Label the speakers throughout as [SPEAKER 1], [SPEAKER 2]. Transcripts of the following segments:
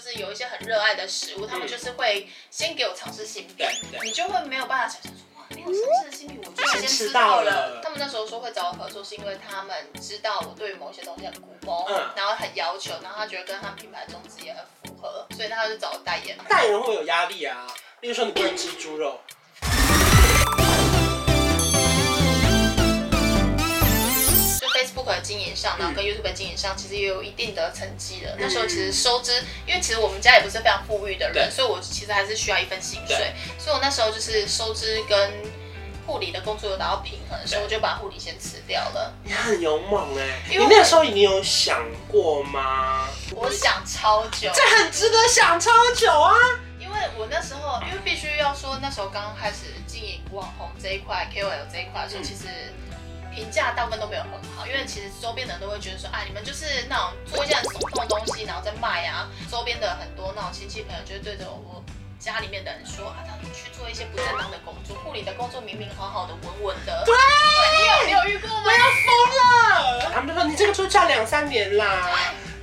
[SPEAKER 1] 是有一些很热爱的食物，他们就是会先给我尝试新品
[SPEAKER 2] 对，对
[SPEAKER 1] 你就会没有办法想象说哇，没有尝试的新品，我居然
[SPEAKER 2] 先
[SPEAKER 1] 先
[SPEAKER 2] 吃
[SPEAKER 1] 吃
[SPEAKER 2] 到
[SPEAKER 1] 到
[SPEAKER 2] 了
[SPEAKER 1] 了。他们那时候说会找我合作，是因为他们知道我对于某些东西很古风，
[SPEAKER 2] 嗯
[SPEAKER 1] 然后很要求，然后他觉得跟他们品牌宗旨也很符合，所以他就找我代言。
[SPEAKER 2] 代言人会有压力啊，例如说你不能吃猪肉，
[SPEAKER 1] 就 Facebook 的经营上，然
[SPEAKER 2] 嗯
[SPEAKER 1] 后跟 YouTube 的经营上，其实也有一定的成绩了。那时候其实收支，因为其实我们家也不是非常富裕的
[SPEAKER 2] 对
[SPEAKER 1] 人，所以我其实还是需要一份薪水
[SPEAKER 2] 对，
[SPEAKER 1] 所以我那时候就是收支跟护理的工作有达到平衡的时候，
[SPEAKER 2] 对
[SPEAKER 1] 我就把护理先辞掉了。
[SPEAKER 2] 你很勇猛哎、
[SPEAKER 1] 因
[SPEAKER 2] 你
[SPEAKER 1] 为我
[SPEAKER 2] 那时候你有想过吗？
[SPEAKER 1] 我想超久，
[SPEAKER 2] 这很值得想超久啊！
[SPEAKER 1] 因为我那时候，因为必须要说，那时候刚开始经营网红这一块、KOL 这一块的时候，
[SPEAKER 2] 嗯
[SPEAKER 1] 其实评价大部分都没有很好，因为其实周边的人都会觉得说，哎，你们就是那种做一些很手动的东西，然后再卖啊。周边的很多那种亲戚朋友就会对着我家里面的人说，啊，他们去做一些不正当的工作，护理的工作明明好好的、稳稳的。对，你有没有遇过吗？
[SPEAKER 2] 他们就说你这个猪赚两三年啦，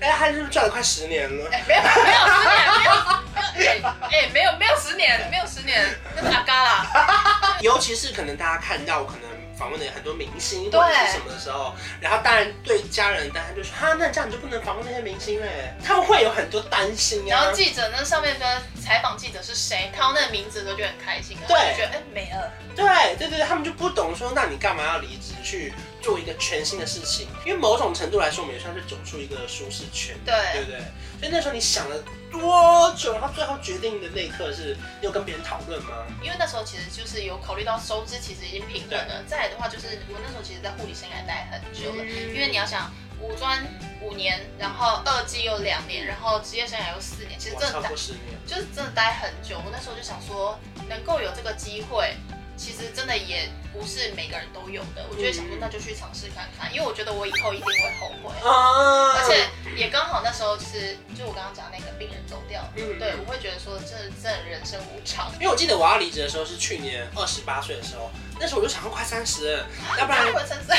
[SPEAKER 2] 哎，他就是赚了快十年 了。
[SPEAKER 1] 哎，没有没有十年，没有没有哎哎没有没有十年，没有十年，那是阿嘎啦。
[SPEAKER 2] 尤其是可能大家看到可能访问的很多明星或
[SPEAKER 1] 对
[SPEAKER 2] 者是什么的时候，然后当然对家人，当然就说哈，那这样你就不能访问那些明星嘞，他们会有很多担心
[SPEAKER 1] 然
[SPEAKER 2] 啊
[SPEAKER 1] 后。记者那上面跟采访记者是谁，看到那个名字都觉得很开心，
[SPEAKER 2] 对
[SPEAKER 1] 然后就觉得哎美了，
[SPEAKER 2] 对对对，对他们就不懂说，那你干嘛要离职去做一个全新的事情？因为某种程度来说，我们也算是走出一个舒适圈，对
[SPEAKER 1] 对，
[SPEAKER 2] 不对？所以那时候你想了多久？然后最后决定的那一刻是，你有跟别人讨论吗？
[SPEAKER 1] 因为那时候其实就是有考虑到收支其实已经平衡了，再来的话就是我那时候其实在护理生涯待很久
[SPEAKER 2] 嗯
[SPEAKER 1] 了，嗯因为你要想五专五年，然后二技又两年，然后职业生涯又四年，其实
[SPEAKER 2] 哇，
[SPEAKER 1] 真
[SPEAKER 2] 超
[SPEAKER 1] 的待
[SPEAKER 2] 过十年，
[SPEAKER 1] 就是真的待很久，我那时候就想说能够有这个机会。其实真的也不是每个人都有的，我就会想说
[SPEAKER 2] 嗯
[SPEAKER 1] 那就去尝试看看，因为我觉得我以后一定会后悔。
[SPEAKER 2] 啊
[SPEAKER 1] 嗯而且也刚好那时候就是，就我刚刚讲那个病人走掉，
[SPEAKER 2] 嗯
[SPEAKER 1] 对我会觉得说这这人生无常，
[SPEAKER 2] 因为我记得我要离职的时候是去年二十八岁的时候，那时候我就想要快三 十了，要不然
[SPEAKER 1] 会生死。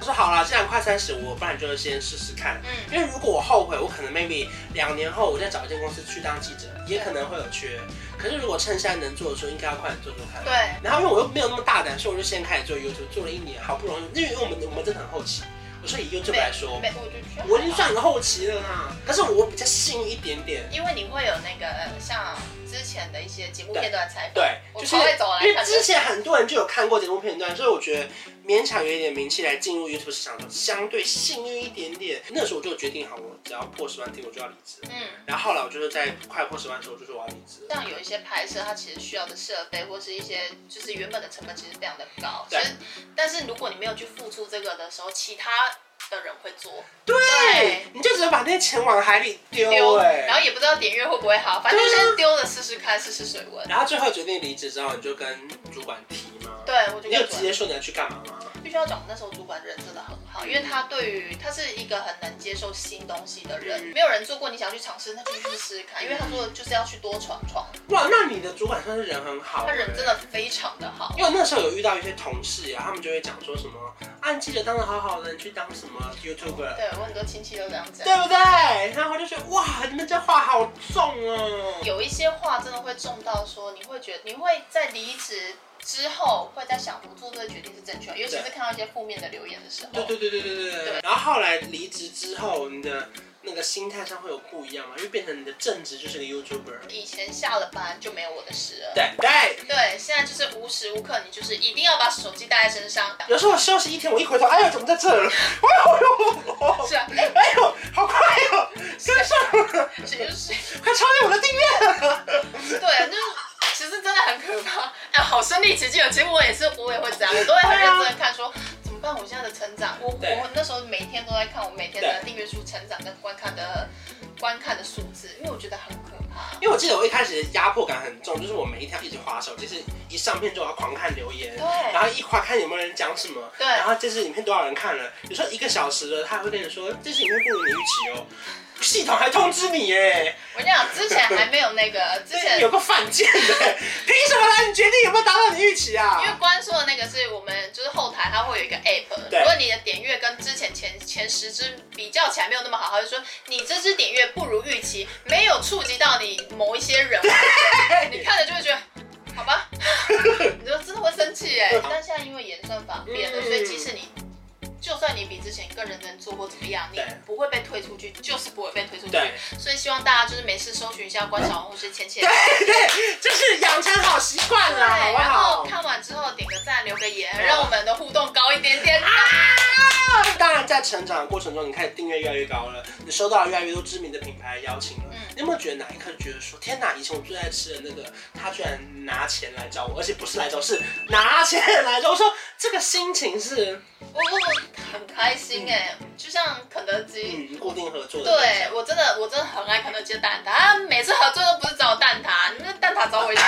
[SPEAKER 2] 我说好了，既然快三十，我不然就先试试看。
[SPEAKER 1] 嗯，
[SPEAKER 2] 因为如果我后悔，我可能 maybe 两年后我再找一间公司去当记者，也可能会有缺。可是如果趁现在能做的时候，应该要快点做做看。。
[SPEAKER 1] 对，
[SPEAKER 2] 然后因为我又没有那么大胆，所以我就先开始做 YouTube，做了一年，好不容易，因为我们我们真的很后期。我说以 YouTube 来说，
[SPEAKER 1] 嗯没我就觉得哦
[SPEAKER 2] 我已经算很后期了啦。可是我比较幸运一点点，
[SPEAKER 1] 因为你会有那个呃像之前的一些节目片段采访，
[SPEAKER 2] 对，
[SPEAKER 1] 我
[SPEAKER 2] 就是
[SPEAKER 1] 超会走来
[SPEAKER 2] 因为
[SPEAKER 1] 看
[SPEAKER 2] 之
[SPEAKER 1] 的。
[SPEAKER 2] 前很多人就有看过节目片段，所以我觉得勉强有一点名气来进入 YouTube 市场，相对幸运一点点。那时候我就决定好，我只要破十万订，我就要离职。
[SPEAKER 1] 嗯，
[SPEAKER 2] 然后后来我就是在快破十万的时候，我就说我要离职。
[SPEAKER 1] 像有一些拍摄，它其实需要的设备或是一些就是原本的成本其实非常的高，
[SPEAKER 2] 对
[SPEAKER 1] 其实但是如果你没有去付出这个的时候，其他的人会做，
[SPEAKER 2] 对，哎你就只能把那些钱往海里丢、
[SPEAKER 1] 丢，
[SPEAKER 2] 哎。
[SPEAKER 1] 然后也不知道点阅会不会好，反正就先丢了试试看，试试水温。
[SPEAKER 2] 然后最后决定离职之后，你就跟主管提吗？
[SPEAKER 1] 对，我就
[SPEAKER 2] 你有
[SPEAKER 1] 跟主
[SPEAKER 2] 直
[SPEAKER 1] 管
[SPEAKER 2] 接说你要去干嘛吗？
[SPEAKER 1] 必须要讲，那时候主管人真的很好，因为他对于他是一个很能接受新东西的人，
[SPEAKER 2] 嗯
[SPEAKER 1] 没有人做过，你想要去尝试，那就去试试看。因为他说的就是要去多闯闯，
[SPEAKER 2] 哇，那你的主管算是人很好、
[SPEAKER 1] 他人真
[SPEAKER 2] 哎。
[SPEAKER 1] 的非常的好。
[SPEAKER 2] 因为我那时候有遇到一些同事啊，他们就会讲说什么，啊，你记者当的好好的，你去当什么 YouTuber，
[SPEAKER 1] 对我很多亲戚都这样讲，
[SPEAKER 2] 对不对？然后我就觉得哇，你们这话好重哦。
[SPEAKER 1] 有一些话真的会重到说，你会觉得你会在离职之后会在想，我做这个决定是正确的，尤其是看到一些负面的留言的时候。
[SPEAKER 2] 对对对对对对对。
[SPEAKER 1] 对
[SPEAKER 2] 然后后来离职之后，你的那个心态上会有不一样嘛？因为变成你的正职就是个 YouTuber。
[SPEAKER 1] 以前下了班就没有我的事了。
[SPEAKER 2] 对对。
[SPEAKER 1] 对，现在就是无时无刻你就是一定要把手机带在身上。
[SPEAKER 2] 有时候我休息一天，我一回头，哎呦，怎么在这儿？ 哎呦哎呦，
[SPEAKER 1] 是啊，
[SPEAKER 2] 哎呦，好快哦，跟上了，
[SPEAKER 1] 谁就是
[SPEAKER 2] 快超越我的订阅了。
[SPEAKER 1] 对，就是其实真的很可怕。哎，好身临其境哦。其实我也是，我也会这样，我都会很认真的看说。怎么办？我现在的成长，我
[SPEAKER 2] 对
[SPEAKER 1] 我那时候每天都在看我每天的
[SPEAKER 2] 对
[SPEAKER 1] 订阅数成长跟观看的观看的数字，因为我觉得很可怕。
[SPEAKER 2] 因为我记得我一开始的压迫感很重，就是我每一天一直划手，就是一上片就要狂看留言，
[SPEAKER 1] 对
[SPEAKER 2] 然后一划看有没有人讲什么，
[SPEAKER 1] 对
[SPEAKER 2] 然后这支影片多少人看了，有时候一个小时了，他还会跟你说这支影片不如你预期哦。系统还通知你耶，
[SPEAKER 1] 我跟你讲，之前还没有那个，之前
[SPEAKER 2] 有个犯贱的，凭什么来你决定有没有达到你预期啊
[SPEAKER 1] 因？为关说的那个是我们就是后台，它会有一个 app，
[SPEAKER 2] 对
[SPEAKER 1] 如果你的点阅跟之前前前十支比较起来没有那么好，它就说你这支点阅不如预期，没有触及到你某一些人，你看了就会觉得，好 吧，你就真的会生气哎
[SPEAKER 2] 对。
[SPEAKER 1] 但现在因为演算法变了，
[SPEAKER 2] 嗯
[SPEAKER 1] 所以即使你。就算你比之前更认真做或怎么样，你
[SPEAKER 2] 对
[SPEAKER 1] 不会被推出去，就是不会被推出去。
[SPEAKER 2] 对
[SPEAKER 1] 所以希望大家就是没事搜寻一下关晓红或是浅浅。
[SPEAKER 2] 对对，就是养成好习惯啦，啊好
[SPEAKER 1] 对，
[SPEAKER 2] 不
[SPEAKER 1] 然后
[SPEAKER 2] 好？
[SPEAKER 1] 看完之后点个赞，留个言，
[SPEAKER 2] 对啊
[SPEAKER 1] 让我们的互动高一点点。
[SPEAKER 2] 当然，在成长的过程中，你开始订阅越来越高了，你收到了越来越多知名的品牌邀请了。
[SPEAKER 1] 嗯
[SPEAKER 2] 你有没有觉得哪一刻觉得说，天哪，以前我最爱吃的那个，他居然拿钱来找我，而且不是来找，是拿钱来找我。我说这个心情是，
[SPEAKER 1] 我我我很开心哎、就像肯德基，
[SPEAKER 2] 嗯，固定合作的。
[SPEAKER 1] 对我真的我真的很爱肯德基的蛋挞，他每次合作都不是找我蛋挞，你们蛋挞找我一下。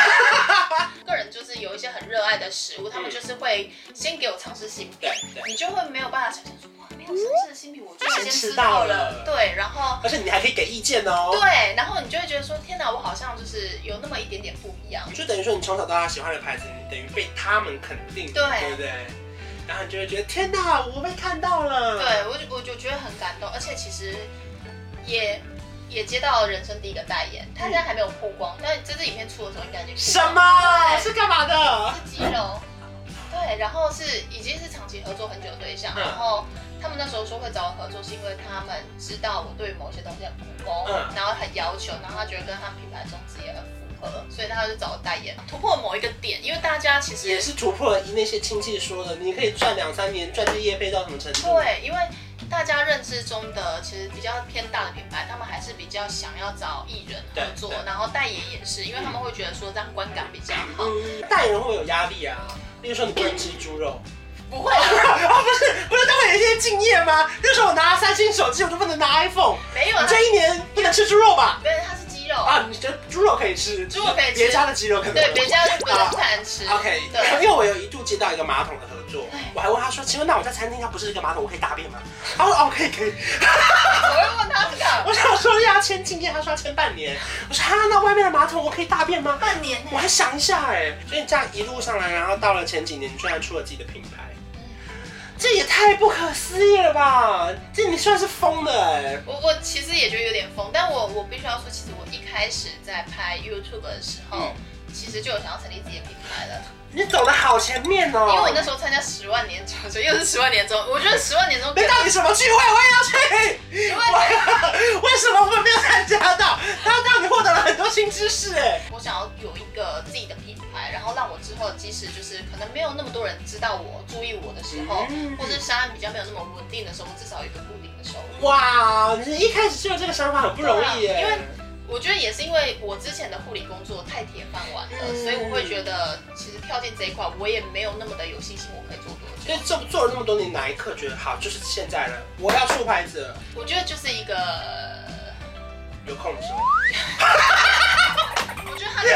[SPEAKER 1] 个人就是有一些很热爱的食物，他们就是会先给我尝试新品
[SPEAKER 2] 对，对。
[SPEAKER 1] 你就会没有办法想象说哇，没有尝试的新品我就先
[SPEAKER 2] 先
[SPEAKER 1] 吃
[SPEAKER 2] 吃
[SPEAKER 1] 到
[SPEAKER 2] 到
[SPEAKER 1] 了，
[SPEAKER 2] 了
[SPEAKER 1] 对，然后。
[SPEAKER 2] 而且你还可以给意见哦。
[SPEAKER 1] 对，然后你就会觉得说，天哪，我好像就是有那么一点点不一样。
[SPEAKER 2] 就等于说你从小到大喜欢的牌子，你等于被他们肯定，
[SPEAKER 1] 对
[SPEAKER 2] 对不对？然后你就会觉得天哪，我被看到了。
[SPEAKER 1] 对我就我就觉得很感动，而且其实也也接到了人生第一个代言，他现在还没有曝光，但这支影片出的时候应该已经曝
[SPEAKER 2] 嗯什
[SPEAKER 1] 光
[SPEAKER 2] 么？
[SPEAKER 1] 对
[SPEAKER 2] 是干嘛的？
[SPEAKER 1] 是肌肉，对，然后是已经是长期合作很久的对象，
[SPEAKER 2] 嗯
[SPEAKER 1] 然后他们那时候说会找我合作，是因为他们知道我对某些东西很不公，
[SPEAKER 2] 嗯
[SPEAKER 1] 然后很要求，然后他觉得跟他们品牌宗旨也很符合，所以他就找我代言，突破某一个点，因为大家其实
[SPEAKER 2] 也是突破了那些亲戚说的，你可以赚两三年，赚这业配到什么程度？
[SPEAKER 1] 对，因为大家认知中的其实比较偏大的品牌，他们还是比较想要找艺人合作
[SPEAKER 2] 对，对
[SPEAKER 1] 然后代言也是，因为他们会觉得说这样观感比较好。
[SPEAKER 2] 嗯，代言人会有压力啊。例如说你不能吃 猪肉，
[SPEAKER 1] 不会啦，
[SPEAKER 2] 啊不是不是都会有一些敬业吗？例如说我拿三星手机，我就不能拿 iPhone，
[SPEAKER 1] 没有
[SPEAKER 2] 你
[SPEAKER 1] 啦，
[SPEAKER 2] 这一年不能吃猪肉吧？
[SPEAKER 1] 没有，它是鸡肉，
[SPEAKER 2] 啊，你觉得猪肉可以吃，
[SPEAKER 1] 猪肉可以吃
[SPEAKER 2] 别家的鸡肉可能
[SPEAKER 1] 对，别家就不
[SPEAKER 2] 啊
[SPEAKER 1] 能餐吃。
[SPEAKER 2] OK，
[SPEAKER 1] 对，
[SPEAKER 2] 因为我有一度接到一个马桶的合作
[SPEAKER 1] 对，
[SPEAKER 2] 我还问他说：“请问那我在餐厅它不是一个马桶，我可以大便吗？”他说：“哦，可以可以。
[SPEAKER 1] 我会问他这”个
[SPEAKER 2] 我想说要签敬业，他说要签半年。我说：“啊，那外面的马桶我可以大便吗
[SPEAKER 1] 半年？”
[SPEAKER 2] 我
[SPEAKER 1] 呢，
[SPEAKER 2] 还想一下哎，所以这样一路上来，然后到了前几年，你居然出了自己的品牌，这也太不可思议了吧！这你算是疯了哎。
[SPEAKER 1] 我我其实也觉得有点疯，但我我必须要说，其实我一开始在拍 YouTube 的时候，
[SPEAKER 2] 嗯
[SPEAKER 1] 其实就有想要成立自己的品牌了。
[SPEAKER 2] 你走的好前面哦。
[SPEAKER 1] 因为我那时候参加十万年 终，所以又是十万年终。我觉得十万年终
[SPEAKER 2] 那
[SPEAKER 1] 更，
[SPEAKER 2] 到底什么聚会我也要去？
[SPEAKER 1] 因为
[SPEAKER 2] 我 为什么我们没有参加到？他让你获得了很多新知识哎。
[SPEAKER 1] 我想要有一个自己的品牌，然后让我之后即使就是可能没有那么多人知道我、注意我的时候，
[SPEAKER 2] 嗯
[SPEAKER 1] 或是商案比较没有那么稳定的时候，我至少有一个固定的收入。
[SPEAKER 2] 哇，你一开始就有这个想法，很不容易哎
[SPEAKER 1] 对啊
[SPEAKER 2] 耶。
[SPEAKER 1] 因为我觉得也是因为我之前的护理工作太铁饭碗了，
[SPEAKER 2] 嗯
[SPEAKER 1] 所以我会觉得其实跳进这一块，我也没有那么的有信心我可以做多久。
[SPEAKER 2] 所以做做了那么多年，哪一刻觉得好，就是现在了，我要出牌子了，
[SPEAKER 1] 我觉得就是一个，
[SPEAKER 2] 有空的时候。
[SPEAKER 1] 我觉得它就是。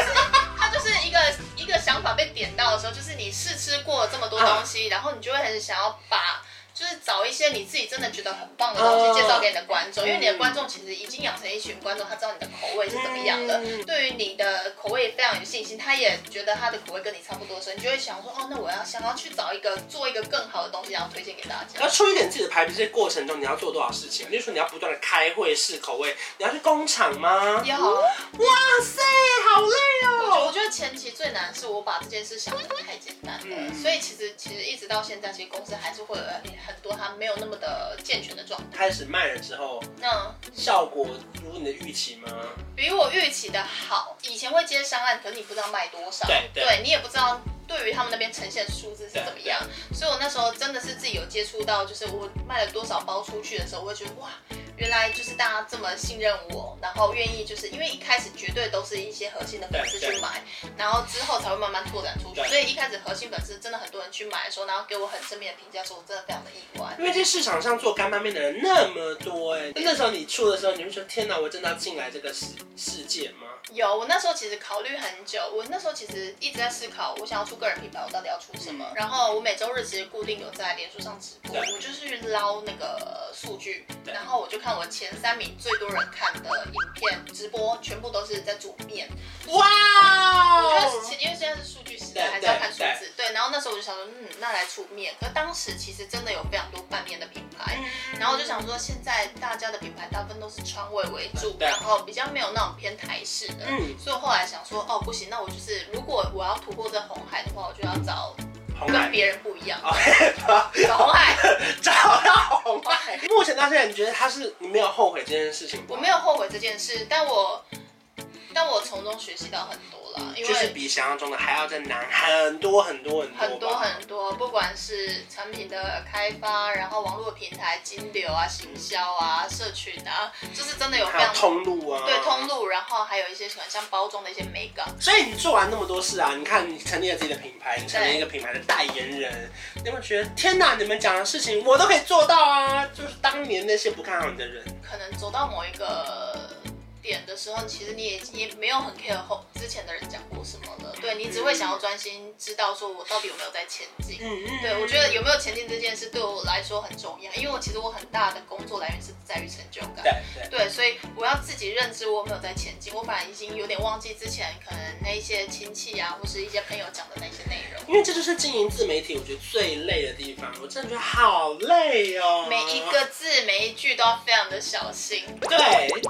[SPEAKER 1] 它就是一个一个想法被点到的时候，就是你试吃过这么多东
[SPEAKER 2] 啊
[SPEAKER 1] 西，然后你就会很想要把，就是找一些你自己真的觉得很棒的东
[SPEAKER 2] 嗯
[SPEAKER 1] 西介绍给你的观众，因为你的观众其实已经养成一群观众，他知道你的口味是怎么样的，
[SPEAKER 2] 嗯
[SPEAKER 1] 对于你的口味非常有信心，他也觉得他的口味跟你差不多的时候，你就会想说，哦，那我要想要去找一个做一个更好的东西，然后推荐给大
[SPEAKER 2] 要
[SPEAKER 1] 家。
[SPEAKER 2] 出一点自己的牌子，这过程中你要做多少事情？例如说你要不断的开会试口味，你要去工厂吗？
[SPEAKER 1] 要，
[SPEAKER 2] 哇塞，好累
[SPEAKER 1] 我觉
[SPEAKER 2] 哦。
[SPEAKER 1] 啊我觉得前期最难是我把这件事想的太简单了，
[SPEAKER 2] 嗯
[SPEAKER 1] 所以其实其实一直到现在，其实公司还是会有很多它没有那么的健全的状态。
[SPEAKER 2] 开始卖了之后，
[SPEAKER 1] 那
[SPEAKER 2] 效果如你的预期吗？
[SPEAKER 1] 比我预期的好，以前会接商案，可是你不知道卖多少，
[SPEAKER 2] 对对
[SPEAKER 1] 你也不知道。对于他们那边呈现的数字是怎么样，所以我那时候真的是自己有接触到，就是我卖了多少包出去的时候，我会觉得哇，原来就是大家这么信任我，然后愿意就是因为一开始绝对都是一些核心的粉丝去
[SPEAKER 2] 对对
[SPEAKER 1] 买，然后之后才会慢慢拓展出去，
[SPEAKER 2] 对
[SPEAKER 1] 所以一开始核心粉丝真的很多人去买的时候，然后给我很正面的评价的时候，我真的非常的意外。
[SPEAKER 2] 因为这市场上做干拌面的人那么多哎、那时候你出的时候，你会说天哪，我真的要进来这个世世界吗？
[SPEAKER 1] 有，我那时候其实考虑很久，我那时候其实一直在思考，我想要出个人品牌，我到底要出什么。然后我每周日其实固定有在脸书上直播，
[SPEAKER 2] 嗯对
[SPEAKER 1] 我就是去捞那个数据，
[SPEAKER 2] 对
[SPEAKER 1] 然后我就看我前三名最多人看的影片直播，全部都是在煮面。
[SPEAKER 2] 哇
[SPEAKER 1] 我觉得
[SPEAKER 2] 哦！
[SPEAKER 1] 是因为现在是数据时
[SPEAKER 2] 对
[SPEAKER 1] 代，还是要
[SPEAKER 2] 对
[SPEAKER 1] 看数
[SPEAKER 2] 对
[SPEAKER 1] 字。对，然后那时候我就想说，嗯，那来出面。可当时其实真的有非常多拌面的品牌，
[SPEAKER 2] 嗯
[SPEAKER 1] 然后我就想说，现在大家的品牌大部分都是川味为主，
[SPEAKER 2] 对
[SPEAKER 1] 然后比较没有那种偏台式的。
[SPEAKER 2] 嗯，
[SPEAKER 1] 所以我后来想说，哦，不行，那我就是如果我要突破这红海的话，我就要找
[SPEAKER 2] 红
[SPEAKER 1] 跟
[SPEAKER 2] 海，
[SPEAKER 1] 别人不一样，
[SPEAKER 2] 哦
[SPEAKER 1] 找红海。
[SPEAKER 2] 找到红海。哎目前到现在，你觉得他是你没有后悔这件事情吗？
[SPEAKER 1] 我没有后悔这件事，但我但我从中学习到很多啦，因
[SPEAKER 2] 就
[SPEAKER 1] 为
[SPEAKER 2] 是比想象中的还要再难很多很多很多吧
[SPEAKER 1] 很多很多，不管是产品的开发，然后网络平台、金流啊、行销啊、社群啊，就是真的有非
[SPEAKER 2] 还有
[SPEAKER 1] 常
[SPEAKER 2] 通路啊，
[SPEAKER 1] 对通。路，然后还有一些可能像包装的一些美感。
[SPEAKER 2] 所以你做完那么多事啊，你看你成立了自己的品牌，你成为一个品牌的代言人，你有没有觉得天哪？你们讲的事情我都可以做到啊！就是当年那些不看好你的人，
[SPEAKER 1] 可能走到某一个点的时候，其实你也也没有很 care 后之前的人讲过什么了，对你只会想要专心知道说我到底有没有在前进。
[SPEAKER 2] 嗯嗯
[SPEAKER 1] 对，我觉得有没有前进这件事对我来说很重要，因为我其实我很大的工作来源是在于成就感。
[SPEAKER 2] 嗯对对，
[SPEAKER 1] 对，所以我要自己认知我有没有在前进，我本来已经有点忘记之前可能那一些亲戚啊，或是一些朋友讲的那些内容。
[SPEAKER 2] 因为这就是经营自媒体，我觉得最累的地方，我真的觉得好累哦。
[SPEAKER 1] 每一个字每一句都要非常的小心，
[SPEAKER 2] 对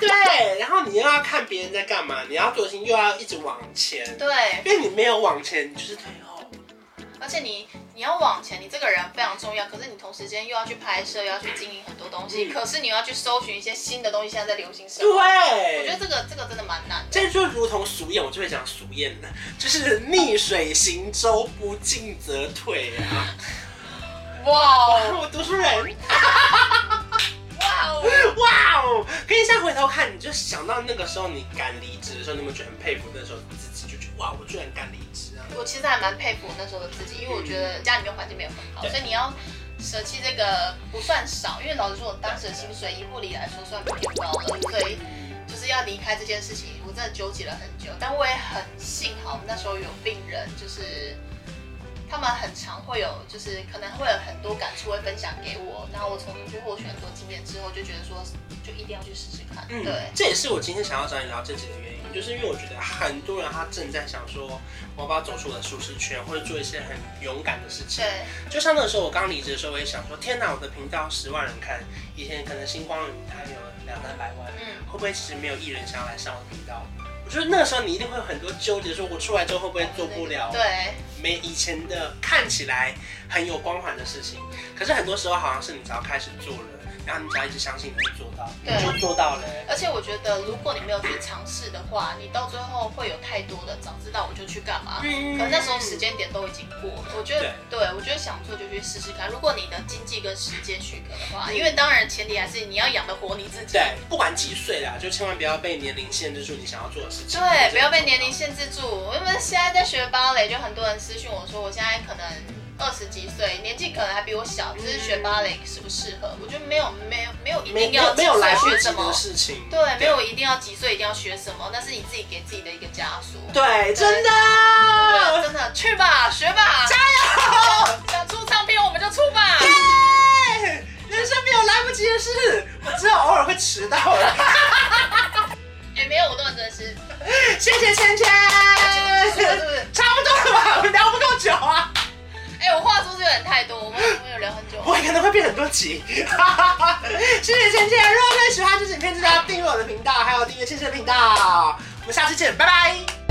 [SPEAKER 2] 对，然后你又要看别人在干嘛，你要做的事情又要一直往前，
[SPEAKER 1] 对，
[SPEAKER 2] 因为你没有往前，你就是退后。
[SPEAKER 1] 而且你你要往前，你这个人非常重要，可是你同时间又要去拍摄，又要去经营很多东西，
[SPEAKER 2] 嗯
[SPEAKER 1] 可是你又要去搜寻一些新的东西，现在在流行什
[SPEAKER 2] 对，
[SPEAKER 1] 么？我觉得这个这个真的蛮难的。
[SPEAKER 2] 这就如同俗谚，我最会讲俗谚了，就是逆水行舟，不进则退啊。
[SPEAKER 1] 哇哦
[SPEAKER 2] 我读书人，
[SPEAKER 1] 哇哦！
[SPEAKER 2] 哇哦！可以现在回头看，你就想到那个时候你敢离职的时候，你有没有觉得很佩服那时候自己？就觉得哇，我居然敢离职啊！
[SPEAKER 1] 我其实还蛮佩服那时候的自己，因为我觉得家里面环境没有很好，
[SPEAKER 2] 对
[SPEAKER 1] 所以你要舍弃这个不算少，因为老实说，我当时的薪水以护理来说算偏高了，所以就是要离开这件事情，我真的纠结了很久。但我也很幸好那时候有病人，就是他们很常会有，就是可能会有很多感触会分享给我，然后我从中去获取很多经验之后，就觉得说就一定要去试试看，
[SPEAKER 2] 嗯
[SPEAKER 1] 对，。
[SPEAKER 2] 这也是我今天想要找你聊政治的原因，就是因为我觉得很多人他正在想说，我要不要走出我的舒适圈，或者做一些很勇敢的事情。
[SPEAKER 1] 对，
[SPEAKER 2] 就像那个时候我刚离职的时候，我也想说，天哪，我的频道十万人看，以前可能星光云它有两三百万，
[SPEAKER 1] 嗯，
[SPEAKER 2] 会不会其实没有艺人想要来上我的频道？我觉得那个时候你一定会有很多纠结，说我出来之后会不会做不了
[SPEAKER 1] 对。
[SPEAKER 2] 没以前的看起来很有光环的事情？可是很多时候好像是你只要开始做了，然后你只要一直相信你会做到，你
[SPEAKER 1] 对
[SPEAKER 2] 就做到了。
[SPEAKER 1] 而且我觉得，如果你没有去尝试的话，你到最后会有太多的早知道我就去干嘛。
[SPEAKER 2] 嗯
[SPEAKER 1] 可能那时候时间点都已经过了，我觉得对我觉得想做就去试试看。如果你的经济跟时间许可的话，因为当然前提还是你要养得活你自己。
[SPEAKER 2] 嗯对，不管几岁啦，就千万不要被年龄限制住你想要做的事情。
[SPEAKER 1] 对，不要被年龄限制住。因为现在在学芭蕾，就很多人私讯我说，我现在可能二十几岁，年纪可能还比我小，只是学芭蕾适不适合？我觉得没有没有没有一
[SPEAKER 2] 没
[SPEAKER 1] 定
[SPEAKER 2] 没有
[SPEAKER 1] 要
[SPEAKER 2] 没有来
[SPEAKER 1] 几
[SPEAKER 2] 不
[SPEAKER 1] 岁学
[SPEAKER 2] 及
[SPEAKER 1] 什么
[SPEAKER 2] 的。事情。
[SPEAKER 1] 对，没有一定要几岁一定要学什么，那是你自己给自己的一个枷锁。
[SPEAKER 2] 对，真的。啊
[SPEAKER 1] 对啊真的去吧，学吧，加油！想出唱片我们就出吧。
[SPEAKER 2] 哎人生没有来不及的事，我只有偶尔会迟到了。
[SPEAKER 1] 哎，没有，我都很珍惜。
[SPEAKER 2] 谢谢芊芊，
[SPEAKER 1] 是不是是不是
[SPEAKER 2] 差不多了吧？我们聊不够久啊，
[SPEAKER 1] 哎，我话是不是有点太多？我们我们有聊很久。
[SPEAKER 2] 我可能会变很多集。 谢谢芊芊，如果各位喜欢这支影片，记得要订阅我的频道，还有订阅芊芊的频道。我们下期见，拜拜。